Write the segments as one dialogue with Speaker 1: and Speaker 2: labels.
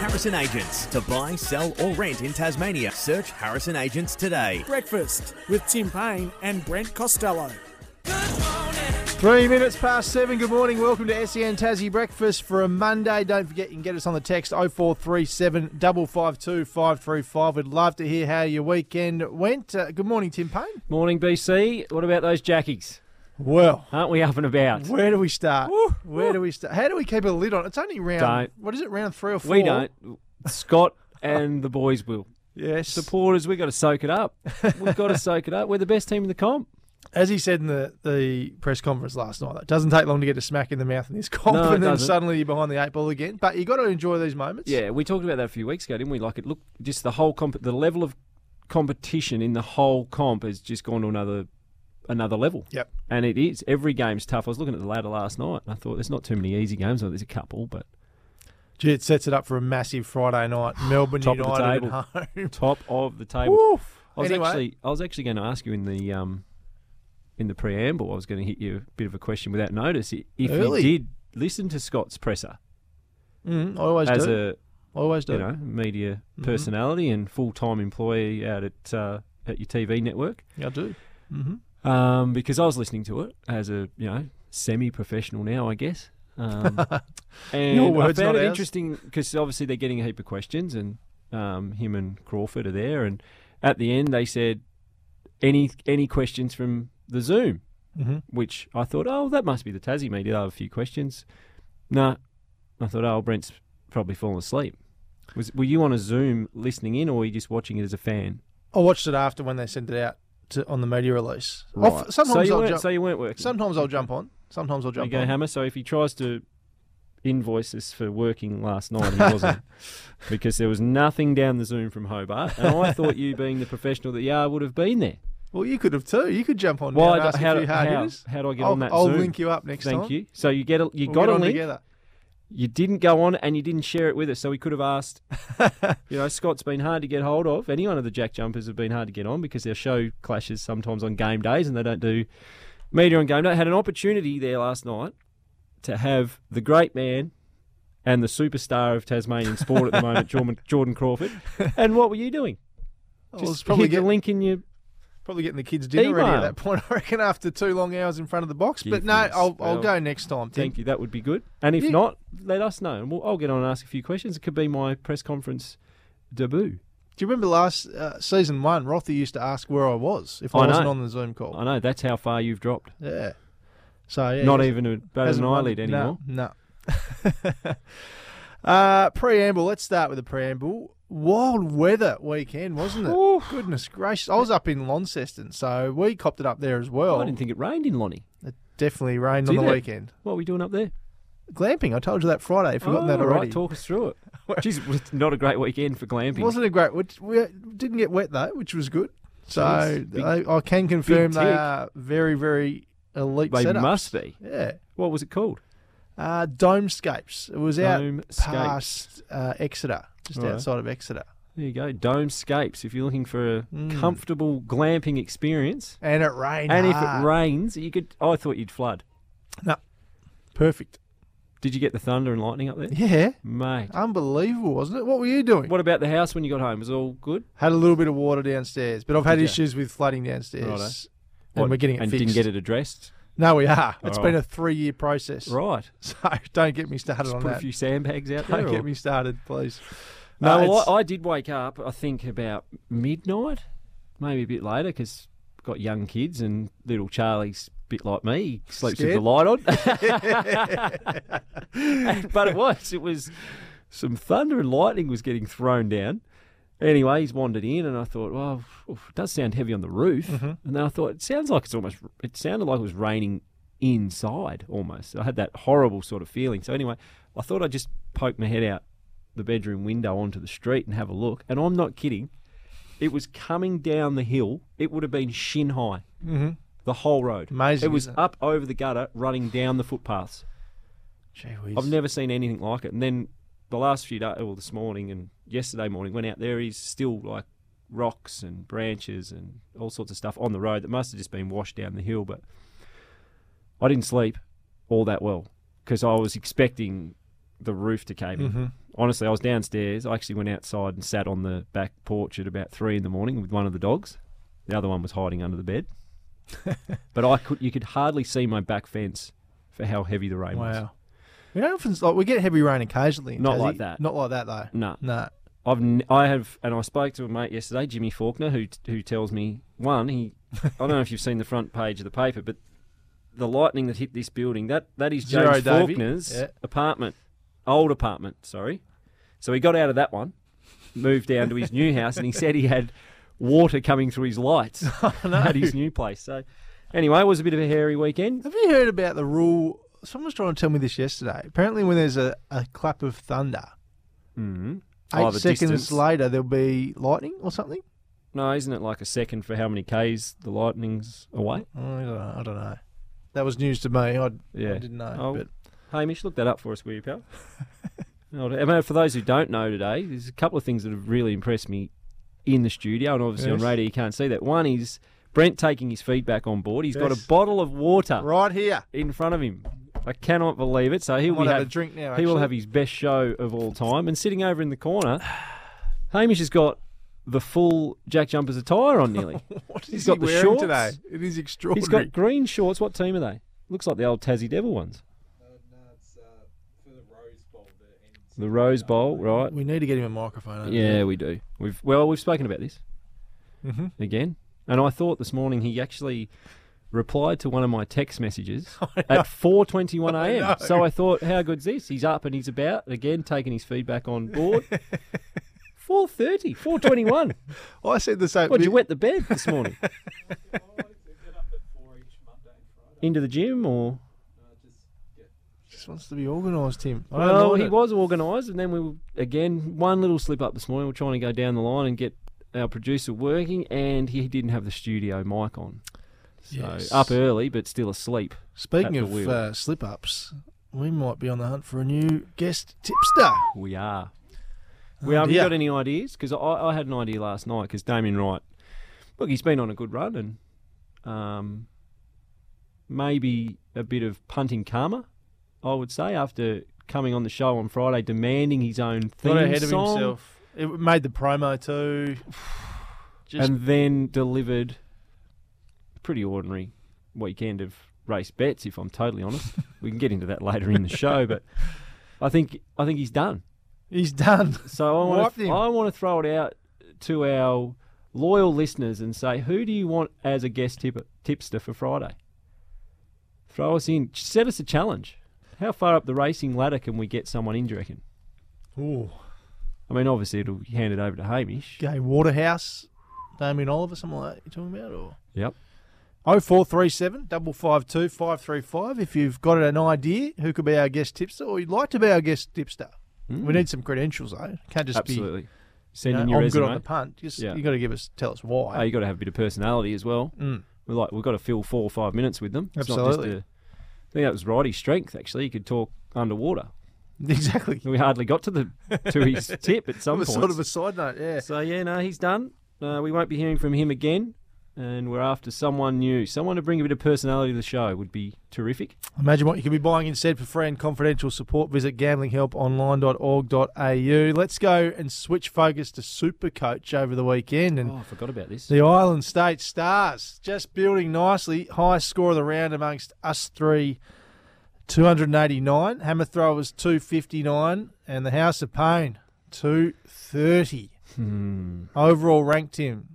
Speaker 1: Harrison Agents. To buy, sell, or rent in Tasmania, search Harrison Agents today.
Speaker 2: Breakfast with Tim Payne and Brent Costello.
Speaker 3: Three minutes past seven. Good morning. Welcome to SEN Tassie Breakfast for a Monday. Don't forget, you can get us on the text 0437 552 535. We'd love to hear how your weekend went. Uh, good morning, Tim Payne.
Speaker 4: Morning, BC. What about those jackies?
Speaker 3: Well,
Speaker 4: Aren't we up and about?
Speaker 3: where do we start? Where do we start? How do we keep a lid on? It's only round,
Speaker 4: Don't.
Speaker 3: what is it, round three or four?
Speaker 4: We don't. Scott and the boys will.
Speaker 3: Yes.
Speaker 4: Supporters, we got to soak it up. We've got to soak it up. We're the best team in the comp.
Speaker 3: As he said in the, the press conference last night, it doesn't take long to get a smack in the mouth in this comp,
Speaker 4: No, it
Speaker 3: and then
Speaker 4: doesn't.
Speaker 3: suddenly you're behind the eight ball again. But you got to enjoy these moments.
Speaker 4: Yeah, we talked about that a few weeks ago, didn't we? Like it looked just the whole comp, the level of competition in the whole comp has just gone to another another level.
Speaker 3: Yep.
Speaker 4: And it is every game's tough. I was looking at the ladder last night, and I thought there's not too many easy games. Well, there's a couple, but
Speaker 3: Gee, it sets it up for a massive Friday night. Melbourne
Speaker 4: Top of the
Speaker 3: United
Speaker 4: table.
Speaker 3: at home.
Speaker 4: top of the table.
Speaker 3: Woof.
Speaker 4: I was
Speaker 3: Anyway.
Speaker 4: actually I was actually going to ask you in the um, in the preamble. I was going to hit you a bit of a question without notice. I- If
Speaker 3: Early.
Speaker 4: you did listen to Scott's presser
Speaker 3: Mm, I always
Speaker 4: as
Speaker 3: do. I always
Speaker 4: a
Speaker 3: do. Mm-hmm.
Speaker 4: you know media personality and full time employee out at uh, at your TV network,
Speaker 3: I do. Mm-hmm.
Speaker 4: um, because I was listening to it as a you know semi professional now, I guess. Um, and
Speaker 3: Your words,
Speaker 4: I found
Speaker 3: not
Speaker 4: it
Speaker 3: ours.
Speaker 4: interesting because obviously they're getting a heap of questions, and um, him and Crawford are there, and at the end they said any any questions from the Zoom,
Speaker 3: Mhm.
Speaker 4: which I thought, oh, that must be the Tassie media. They'll have a few questions. Nah, I thought, oh, Brent's probably fallen asleep. Was were you on a Zoom listening in, or were you just watching it as a fan?
Speaker 3: I watched it after when they sent it out to, on the media release. I'll f-
Speaker 4: so
Speaker 3: sometimes
Speaker 4: you
Speaker 3: I'll
Speaker 4: weren't.
Speaker 3: jump.
Speaker 4: so you weren't working.
Speaker 3: sometimes I'll jump on. Sometimes I'll
Speaker 4: There
Speaker 3: jump
Speaker 4: you go,
Speaker 3: on.
Speaker 4: Hammer. So if he tries to invoice us for working last night, he wasn't. because there was nothing down the Zoom from Hobart. And I thought you, being the professional that you are, would have been there.
Speaker 3: Well, you could have too. You could jump on. now
Speaker 4: Why
Speaker 3: and
Speaker 4: do-
Speaker 3: ask
Speaker 4: how
Speaker 3: a
Speaker 4: do-
Speaker 3: few hard
Speaker 4: how-
Speaker 3: hitters.
Speaker 4: how do I get
Speaker 3: I'll,
Speaker 4: on that
Speaker 3: I'll
Speaker 4: Zoom?
Speaker 3: link you up next
Speaker 4: Thank
Speaker 3: time.
Speaker 4: you. So you get a, you
Speaker 3: We'll
Speaker 4: got
Speaker 3: get
Speaker 4: a
Speaker 3: on
Speaker 4: link.
Speaker 3: together.
Speaker 4: You didn't go on and you didn't share it with us. So we could have asked. you know, Scott's been hard to get hold of. Any one of the Jack Jumpers have been hard to get on because their show clashes sometimes on game days and they don't do media on game day. Had an opportunity there last night to have the great man and the superstar of Tasmanian sport at the moment, Jordan, Jordan Crawford. And what were you doing?
Speaker 3: I was
Speaker 4: Just
Speaker 3: probably
Speaker 4: hit the
Speaker 3: getting,
Speaker 4: link in your
Speaker 3: probably getting the kids dinner ready at
Speaker 4: Email.
Speaker 3: that point. I reckon after two long hours in front of the box. but
Speaker 4: Give
Speaker 3: no,
Speaker 4: us-
Speaker 3: I'll, I'll
Speaker 4: well,
Speaker 3: go next time. Tim.
Speaker 4: Thank you. That would be good. And if
Speaker 3: Yeah.
Speaker 4: not, let us know. And we'll, I'll get on and ask a few questions. It could be my press conference debut.
Speaker 3: Do you remember last uh, season one? Rothy used to ask where I was if I,
Speaker 4: I know.
Speaker 3: wasn't on the Zoom call.
Speaker 4: I know that's how far you've dropped.
Speaker 3: Yeah. So yeah,
Speaker 4: Not
Speaker 3: he
Speaker 4: even a, bat
Speaker 3: hasn't
Speaker 4: an
Speaker 3: won-
Speaker 4: eyelid anymore.
Speaker 3: No. no. uh, preamble. Let's start with the preamble. Wild weather weekend, wasn't it?
Speaker 4: Oof.
Speaker 3: Goodness gracious! I was up in Launceston, so we copped it up there as well.
Speaker 4: Oh, I didn't think it rained in Lonnie.
Speaker 3: it definitely rained
Speaker 4: Did
Speaker 3: on the
Speaker 4: it?
Speaker 3: weekend.
Speaker 4: What are we doing up there?
Speaker 3: Glamping. I told you that Friday. You've forgotten that
Speaker 4: Oh,
Speaker 3: already.
Speaker 4: Right, talk us through it. Jeez, it was not a great weekend for glamping.
Speaker 3: Wasn't it great? Which we didn't get wet though, which was good. So
Speaker 4: Jeez, big-
Speaker 3: I, I can confirm they
Speaker 4: tick.
Speaker 3: are very, very elite.
Speaker 4: they
Speaker 3: setups.
Speaker 4: must be.
Speaker 3: Yeah.
Speaker 4: What was it called?
Speaker 3: Uh, Domescapes. It was out
Speaker 4: Domescapes.
Speaker 3: past uh, Exeter, just
Speaker 4: Right.
Speaker 3: outside of Exeter.
Speaker 4: There you go. Domescapes. If you're looking for a
Speaker 3: Mm.
Speaker 4: comfortable glamping experience,
Speaker 3: And it rained.
Speaker 4: and if
Speaker 3: hard.
Speaker 4: it rains, you could. I thought you'd flood.
Speaker 3: perfect.
Speaker 4: Did you get the thunder and lightning up there,
Speaker 3: Yeah.
Speaker 4: mate?
Speaker 3: Unbelievable, wasn't it? What were you doing?
Speaker 4: What about the house when you got home? Was it all good?
Speaker 3: Had a little bit of water downstairs, but I've had
Speaker 4: Did ya?
Speaker 3: issues with flooding downstairs.
Speaker 4: Righto.
Speaker 3: And
Speaker 4: What-
Speaker 3: we're getting it
Speaker 4: and
Speaker 3: fixed.
Speaker 4: didn't get it addressed.
Speaker 3: No, we are. It's
Speaker 4: All
Speaker 3: been
Speaker 4: right.
Speaker 3: a three-year process.
Speaker 4: Right.
Speaker 3: So don't get me started
Speaker 4: Just
Speaker 3: on
Speaker 4: put a
Speaker 3: that.
Speaker 4: few sandbags out there.
Speaker 3: Don't
Speaker 4: or-
Speaker 3: get me started, please.
Speaker 4: No,
Speaker 3: Uh,
Speaker 4: well,
Speaker 3: it's-
Speaker 4: I, I did wake up. I think about midnight, maybe a bit later, because got young kids and little Charlie's a bit like me. He sleeps with
Speaker 3: Scared?
Speaker 4: the light on. but it was. It was some thunder and lightning was getting thrown down, Anyway, he's wandered in, and I thought, well, oof, it does sound heavy on the roof.
Speaker 3: Mm-hmm.
Speaker 4: And then I thought, it sounds like it's almost, it sounded like it was raining inside almost. I had that horrible sort of feeling. So anyway, I thought I'd just poke my head out the bedroom window onto the street and have a look. And I'm not kidding. It was coming down the hill. It would have been shin high. Mm-hmm. The whole road.
Speaker 3: Amazing,
Speaker 4: It was
Speaker 3: isn't it?
Speaker 4: up over the gutter, running down the footpaths.
Speaker 3: Gee whiz.
Speaker 4: I've never seen anything like it. And then the last few days, well, this morning and yesterday morning, went out there. He's still like rocks and branches and all sorts of stuff on the road that must have just been washed down the hill. But I didn't sleep all that well because I was expecting the roof to cave in. Honestly, I was downstairs. I actually went outside and sat on the back porch at about three in the morning with one of the dogs. The other one was hiding under the bed. but I could, you could hardly see my back fence for how heavy the rain was.
Speaker 3: Wow. We don't often like we get heavy rain occasionally. in
Speaker 4: Not
Speaker 3: Tassie.
Speaker 4: like that.
Speaker 3: Not like that though.
Speaker 4: No.
Speaker 3: No.
Speaker 4: I've n- I have, and I spoke to a mate yesterday, Jimmy Faulkner, who who tells me one he, I don't know if you've seen the front page of the paper, but the lightning that hit this building that that is
Speaker 3: Zero
Speaker 4: James
Speaker 3: Davey.
Speaker 4: Faulkner's
Speaker 3: Yeah.
Speaker 4: apartment, old apartment, sorry. So he got out of that one, moved down to his new house, and he said he had water coming through his lights at his new place. So anyway, it was a bit of a hairy weekend.
Speaker 3: Have you heard about the rule? Someone was trying to tell me this yesterday. Apparently, when there's a, a clap of thunder,
Speaker 4: Mm-hmm.
Speaker 3: eight seconds later there'll be lightning or something.
Speaker 4: No, isn't it like a second for how many k's the lightning's away?
Speaker 3: I don't know. I don't know. That was news to me. I,
Speaker 4: Yeah.
Speaker 3: I didn't know.
Speaker 4: Oh,
Speaker 3: But
Speaker 4: Hamish, look that up for us, will you, pal? No, I mean, for those who don't know today, there's a couple of things that have really impressed me in the studio, and obviously
Speaker 3: Yes.
Speaker 4: on radio you can't see that. One is Brent taking his feedback on board. He's got
Speaker 3: Yes.
Speaker 4: a bottle of water
Speaker 3: right here,
Speaker 4: in front of him. I cannot believe it. So he'll
Speaker 3: might
Speaker 4: be
Speaker 3: have a
Speaker 4: hav-
Speaker 3: drink now,
Speaker 4: He will
Speaker 3: actually.
Speaker 4: have his best show of all time. And sitting over in the corner, Hamish has got the full Jack Jumpers attire on nearly.
Speaker 3: what is
Speaker 4: He's
Speaker 3: he
Speaker 4: got the
Speaker 3: wearing
Speaker 4: shorts.
Speaker 3: today? It is
Speaker 4: He's
Speaker 3: extraordinary.
Speaker 4: got green shorts. What team are they? Looks like the old Tassie Devil ones. The Rose Bowl, right?
Speaker 3: we need to get him a microphone. don't we?
Speaker 4: Yeah, we do. We've well, we've spoken about this
Speaker 3: Mhm.
Speaker 4: again, and I thought this morning he actually replied to one of my text messages at four twenty one a.m. so I thought, how good's this? He's up and he's about again, taking his feedback on board. 4.30, 4.21.
Speaker 3: I said the same.
Speaker 4: What, you
Speaker 3: the-
Speaker 4: wet the bed this morning? Into the gym or?
Speaker 3: Just wants to be organised, Tim. I don't
Speaker 4: Well,
Speaker 3: mind
Speaker 4: he
Speaker 3: it.
Speaker 4: was organised, and then we were, again one little slip up this morning. We're trying to go down the line and get our producer working, and he didn't have the studio mic on. So
Speaker 3: Yes.
Speaker 4: up early, but still asleep.
Speaker 3: Speaking
Speaker 4: at the
Speaker 3: of
Speaker 4: wheel.
Speaker 3: uh, slip ups, we might be on the hunt for a new guest tipster.
Speaker 4: We are. We haven't
Speaker 3: Oh, dear.
Speaker 4: got any ideas because I, I had an idea last night because Damien Wright, look, he's been on a good run and um, maybe a bit of punting karma, I would say, after coming on the show on Friday demanding his own theme
Speaker 3: Got ahead of
Speaker 4: song.
Speaker 3: himself. It made the promo too. Just
Speaker 4: and then delivered a pretty ordinary weekend of race bets. If I'm totally honest, we can get into that later in the show. But I think I think he's done.
Speaker 3: he's done.
Speaker 4: So I want
Speaker 3: Wiped
Speaker 4: to
Speaker 3: him.
Speaker 4: I want to throw it out to our loyal listeners and say, who do you want as a guest tip, tipster for Friday? Throw us in. Set us a challenge. How far up the racing ladder can we get someone in? Do you reckon?
Speaker 3: Ooh.
Speaker 4: I mean, obviously it'll be handed over to Hamish.
Speaker 3: Gay Waterhouse, Damien Oliver, something like that you're talking about? Or
Speaker 4: Yep.
Speaker 3: 0437 552 535 if you've got an idea who could be our guest tipster or you'd like to be our guest tipster. We need some credentials though. Can't just
Speaker 4: Mm. Absolutely.
Speaker 3: be
Speaker 4: Send
Speaker 3: you know,
Speaker 4: in your
Speaker 3: I'm
Speaker 4: resume.
Speaker 3: good on the punt. Just
Speaker 4: Yeah.
Speaker 3: you got to give us tell us
Speaker 4: Oh,
Speaker 3: why.
Speaker 4: you got to have a bit of personality as well.
Speaker 3: Mm.
Speaker 4: We're like we've got to fill four or five minutes with them. It's not
Speaker 3: Absolutely.
Speaker 4: just a, I think that was Roddy's strength actually. He could talk underwater.
Speaker 3: exactly.
Speaker 4: We hardly got to the to his tip at some
Speaker 3: That
Speaker 4: point.
Speaker 3: was sort of a side note, yeah.
Speaker 4: So yeah, no, he's done. Uh, we won't be hearing from him again. And we're after someone new, someone to bring a bit of personality to the show would be terrific.
Speaker 3: Imagine what you could be buying instead for free and confidential support. Visit gamblinghelponline.org.au. Let's go and switch focus to Supercoach over the weekend. And
Speaker 4: Oh, I forgot about this.
Speaker 3: the Island State Stars just building nicely. Highest score of the round amongst us three, 289. Hammer throwers, 259. And the House of Pain, 230. Overall ranked him,
Speaker 4: Hmm.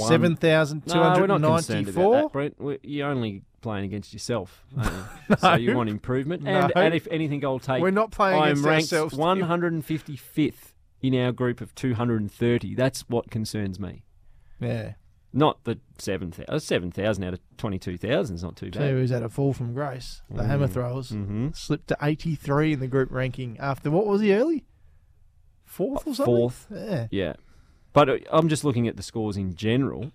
Speaker 4: One. No, we're not concerned about
Speaker 3: 7,294.
Speaker 4: that, Brent. We're, you're only playing against yourself, aren't you? so you want improvement. And,
Speaker 3: No.
Speaker 4: and if anything, I'll take.
Speaker 3: We're not playing
Speaker 4: I'm
Speaker 3: against
Speaker 4: ranked
Speaker 3: ourselves, Tim.
Speaker 4: 155th in our group of 230. That's what concerns me.
Speaker 3: Yeah.
Speaker 4: Not the 7,000 uh, 7,000 out of 22,000 is not too
Speaker 3: So he
Speaker 4: bad.
Speaker 3: was at a fall from grace. The hammer throwers
Speaker 4: Mm-hmm.
Speaker 3: slipped to 83 in the group ranking after what was he early? Fourth or something?
Speaker 4: Uh, Fourth.
Speaker 3: Yeah.
Speaker 4: Yeah. But uh, I'm just looking at the scores in general.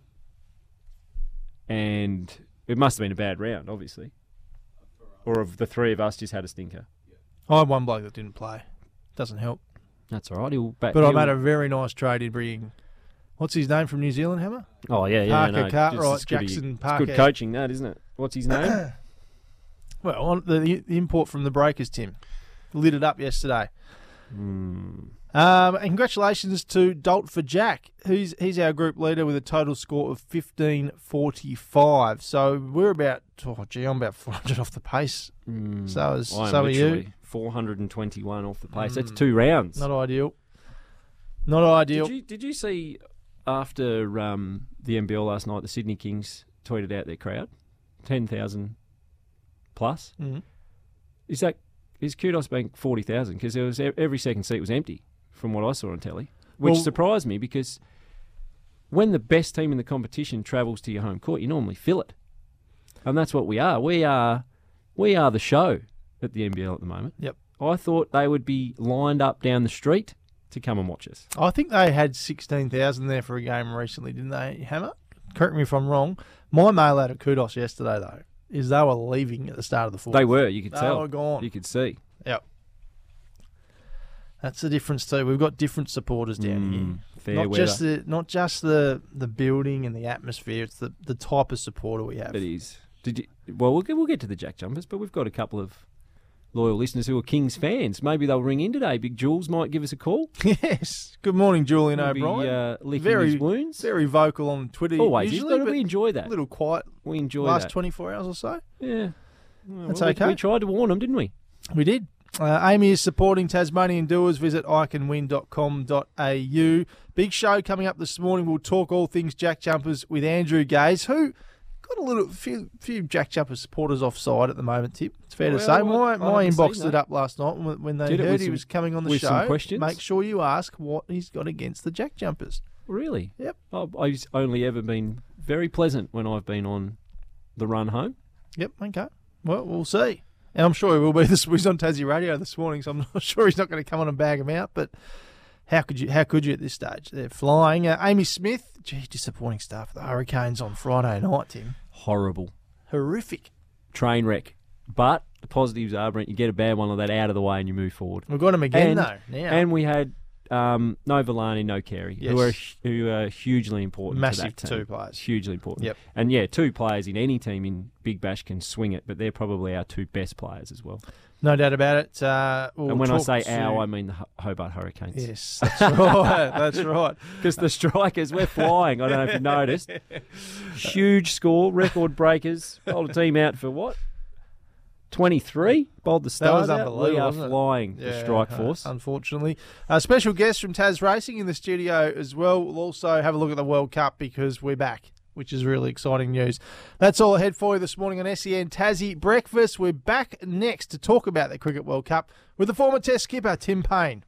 Speaker 4: And it must have been a bad round, obviously. Or of the three of us just had a stinker.
Speaker 3: I'm one bloke that didn't play. Doesn't help.
Speaker 4: That's all right. He'll back,
Speaker 3: But I
Speaker 4: he'll-
Speaker 3: made a very nice trade in bringing. What's his name from New Zealand, Hammer?
Speaker 4: Oh, yeah, yeah.
Speaker 3: Parker
Speaker 4: no, it's-
Speaker 3: Cartwright,
Speaker 4: it's goody-
Speaker 3: Jackson
Speaker 4: it's
Speaker 3: Parker.
Speaker 4: good coaching, that, isn't it? What's his name?
Speaker 3: Well, on the, the import from the Breakers, Tim, lit it up yesterday.
Speaker 4: Hmm.
Speaker 3: Um, and congratulations to Dolt for Jack, who's he's our group leader with a total score of fifteen forty five. So we're about oh gee, I'm about four hundred off the pace. So is
Speaker 4: Hmm. I am
Speaker 3: so are you. Mm.
Speaker 4: literally 421 off the pace. That's two rounds.
Speaker 3: Not ideal. Not ideal.
Speaker 4: Did you did you see after um, the NBL last night, the Sydney Kings tweeted out their crowd, ten thousand plus.
Speaker 3: Mhm.
Speaker 4: Is that is Kudos Bank forty thousand? Because there was e, every second seat was empty from what I saw on telly, which
Speaker 3: Well-
Speaker 4: surprised me because when the best team in the competition travels to your home court, you normally fill it, and that's what we are. We are we are the show at the NBL at the moment.
Speaker 3: Yep.
Speaker 4: I thought they would be lined up down the street to come and watch us.
Speaker 3: I think they had sixteen thousand there for a game recently, didn't they, Hammer? Correct me if I'm wrong. My mail out of kudos yesterday though is they were leaving at the start of the fourth.
Speaker 4: They were. You could
Speaker 3: They
Speaker 4: tell.
Speaker 3: were gone.
Speaker 4: You could see.
Speaker 3: Yep. That's the difference too. We've got different supporters down here.
Speaker 4: Fair
Speaker 3: Mm. not
Speaker 4: Mm. weather.
Speaker 3: just the not just the the building and the atmosphere. It's the the type of supporter we have.
Speaker 4: it is. Did you? Well, we'll get, we'll get to the Jack Jumpers, but we've got a couple of loyal listeners who are Kings fans. Maybe they'll ring in today. Big Jules might give us a call.
Speaker 3: yes. Good morning, Julian
Speaker 4: He'll Be,
Speaker 3: O'Brien.
Speaker 4: uh, licking
Speaker 3: very
Speaker 4: his wounds.
Speaker 3: very vocal on Twitter.
Speaker 4: Always.
Speaker 3: usually,
Speaker 4: You've got to-
Speaker 3: but
Speaker 4: we enjoy that.
Speaker 3: a little quiet
Speaker 4: we enjoy
Speaker 3: last
Speaker 4: that.
Speaker 3: twenty four hours or so.
Speaker 4: yeah. Well,
Speaker 3: That's
Speaker 4: we-
Speaker 3: okay.
Speaker 4: We tried to warn them, didn't we?
Speaker 3: We did. Uh, Amy is supporting Tasmanian doers. Visit iCanWin.com.au. Big show coming up this morning. We'll talk all things Jack Jumpers with Andrew Gaze, who got a little few few Jack Jumper supporters offside at the moment. Tip. It's fair to
Speaker 4: Well,
Speaker 3: say.
Speaker 4: I-
Speaker 3: My
Speaker 4: I
Speaker 3: my
Speaker 4: haven't
Speaker 3: inbox
Speaker 4: seen
Speaker 3: lit
Speaker 4: that.
Speaker 3: up last night when, when they
Speaker 4: Did it
Speaker 3: heard
Speaker 4: with
Speaker 3: he
Speaker 4: some-
Speaker 3: was coming on the
Speaker 4: with
Speaker 3: show.
Speaker 4: some questions?
Speaker 3: Make sure you ask what he's got against the Jack Jumpers.
Speaker 4: Really?
Speaker 3: Yep.
Speaker 4: I- I've only ever been very pleasant when I've been on the run home.
Speaker 3: Yep. Okay. Well, we'll see. And I'm sure he will be. This he's on Tassie Radio this morning, so I'm not sure he's not going to come on and bag him out. But how could you? How could you at this stage? They're flying. Uh, Amy Smith. Gee, disappointing stuff. The Hurricanes on Friday night, Tim.
Speaker 4: Horrible.
Speaker 3: Horrific.
Speaker 4: Train wreck. But the positives are, Brent, you get a bad one like that out of the way and you move forward.
Speaker 3: We've got him again
Speaker 4: and,
Speaker 3: though. Now
Speaker 4: and we had um, no Villani, no Carey,
Speaker 3: Yes.
Speaker 4: who are who are hugely important.
Speaker 3: Massive
Speaker 4: to that team.
Speaker 3: two players.
Speaker 4: hugely important.
Speaker 3: Yep.
Speaker 4: And yeah, two players in any team in Big Bash can swing it, but they're probably our two best players as well.
Speaker 3: no doubt about it. Uh, we'll
Speaker 4: and when I
Speaker 3: talk
Speaker 4: say
Speaker 3: to-
Speaker 4: our, I mean the Ho- Hobart Hurricanes.
Speaker 3: yes, that's right. that's right.
Speaker 4: Because the strikers, we're flying. I don't know if you noticed. Huge score, record breakers. Bowled a team out for what? 23? Bowled the
Speaker 3: That
Speaker 4: stars
Speaker 3: was
Speaker 4: out. We
Speaker 3: unbelievable.
Speaker 4: are
Speaker 3: wasn't it?
Speaker 4: flying the
Speaker 3: Yeah,
Speaker 4: strike
Speaker 3: uh,
Speaker 4: force.
Speaker 3: unfortunately, a special guest from Tas Racing in the studio as well. We'll also have a look at the World Cup because we're back, which is really exciting news. That's all ahead for you this morning on SEN Tassie Breakfast. We're back next to talk about the Cricket World Cup with the former Test skipper Tim Payne.